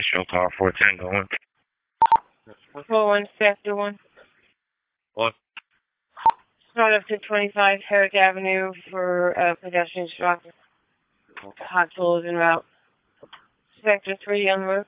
Show call 410 going. Four one sector one. What? Start up to twenty five Herrick Avenue for uh, pedestrian struck hot tools en route. Sector three on route.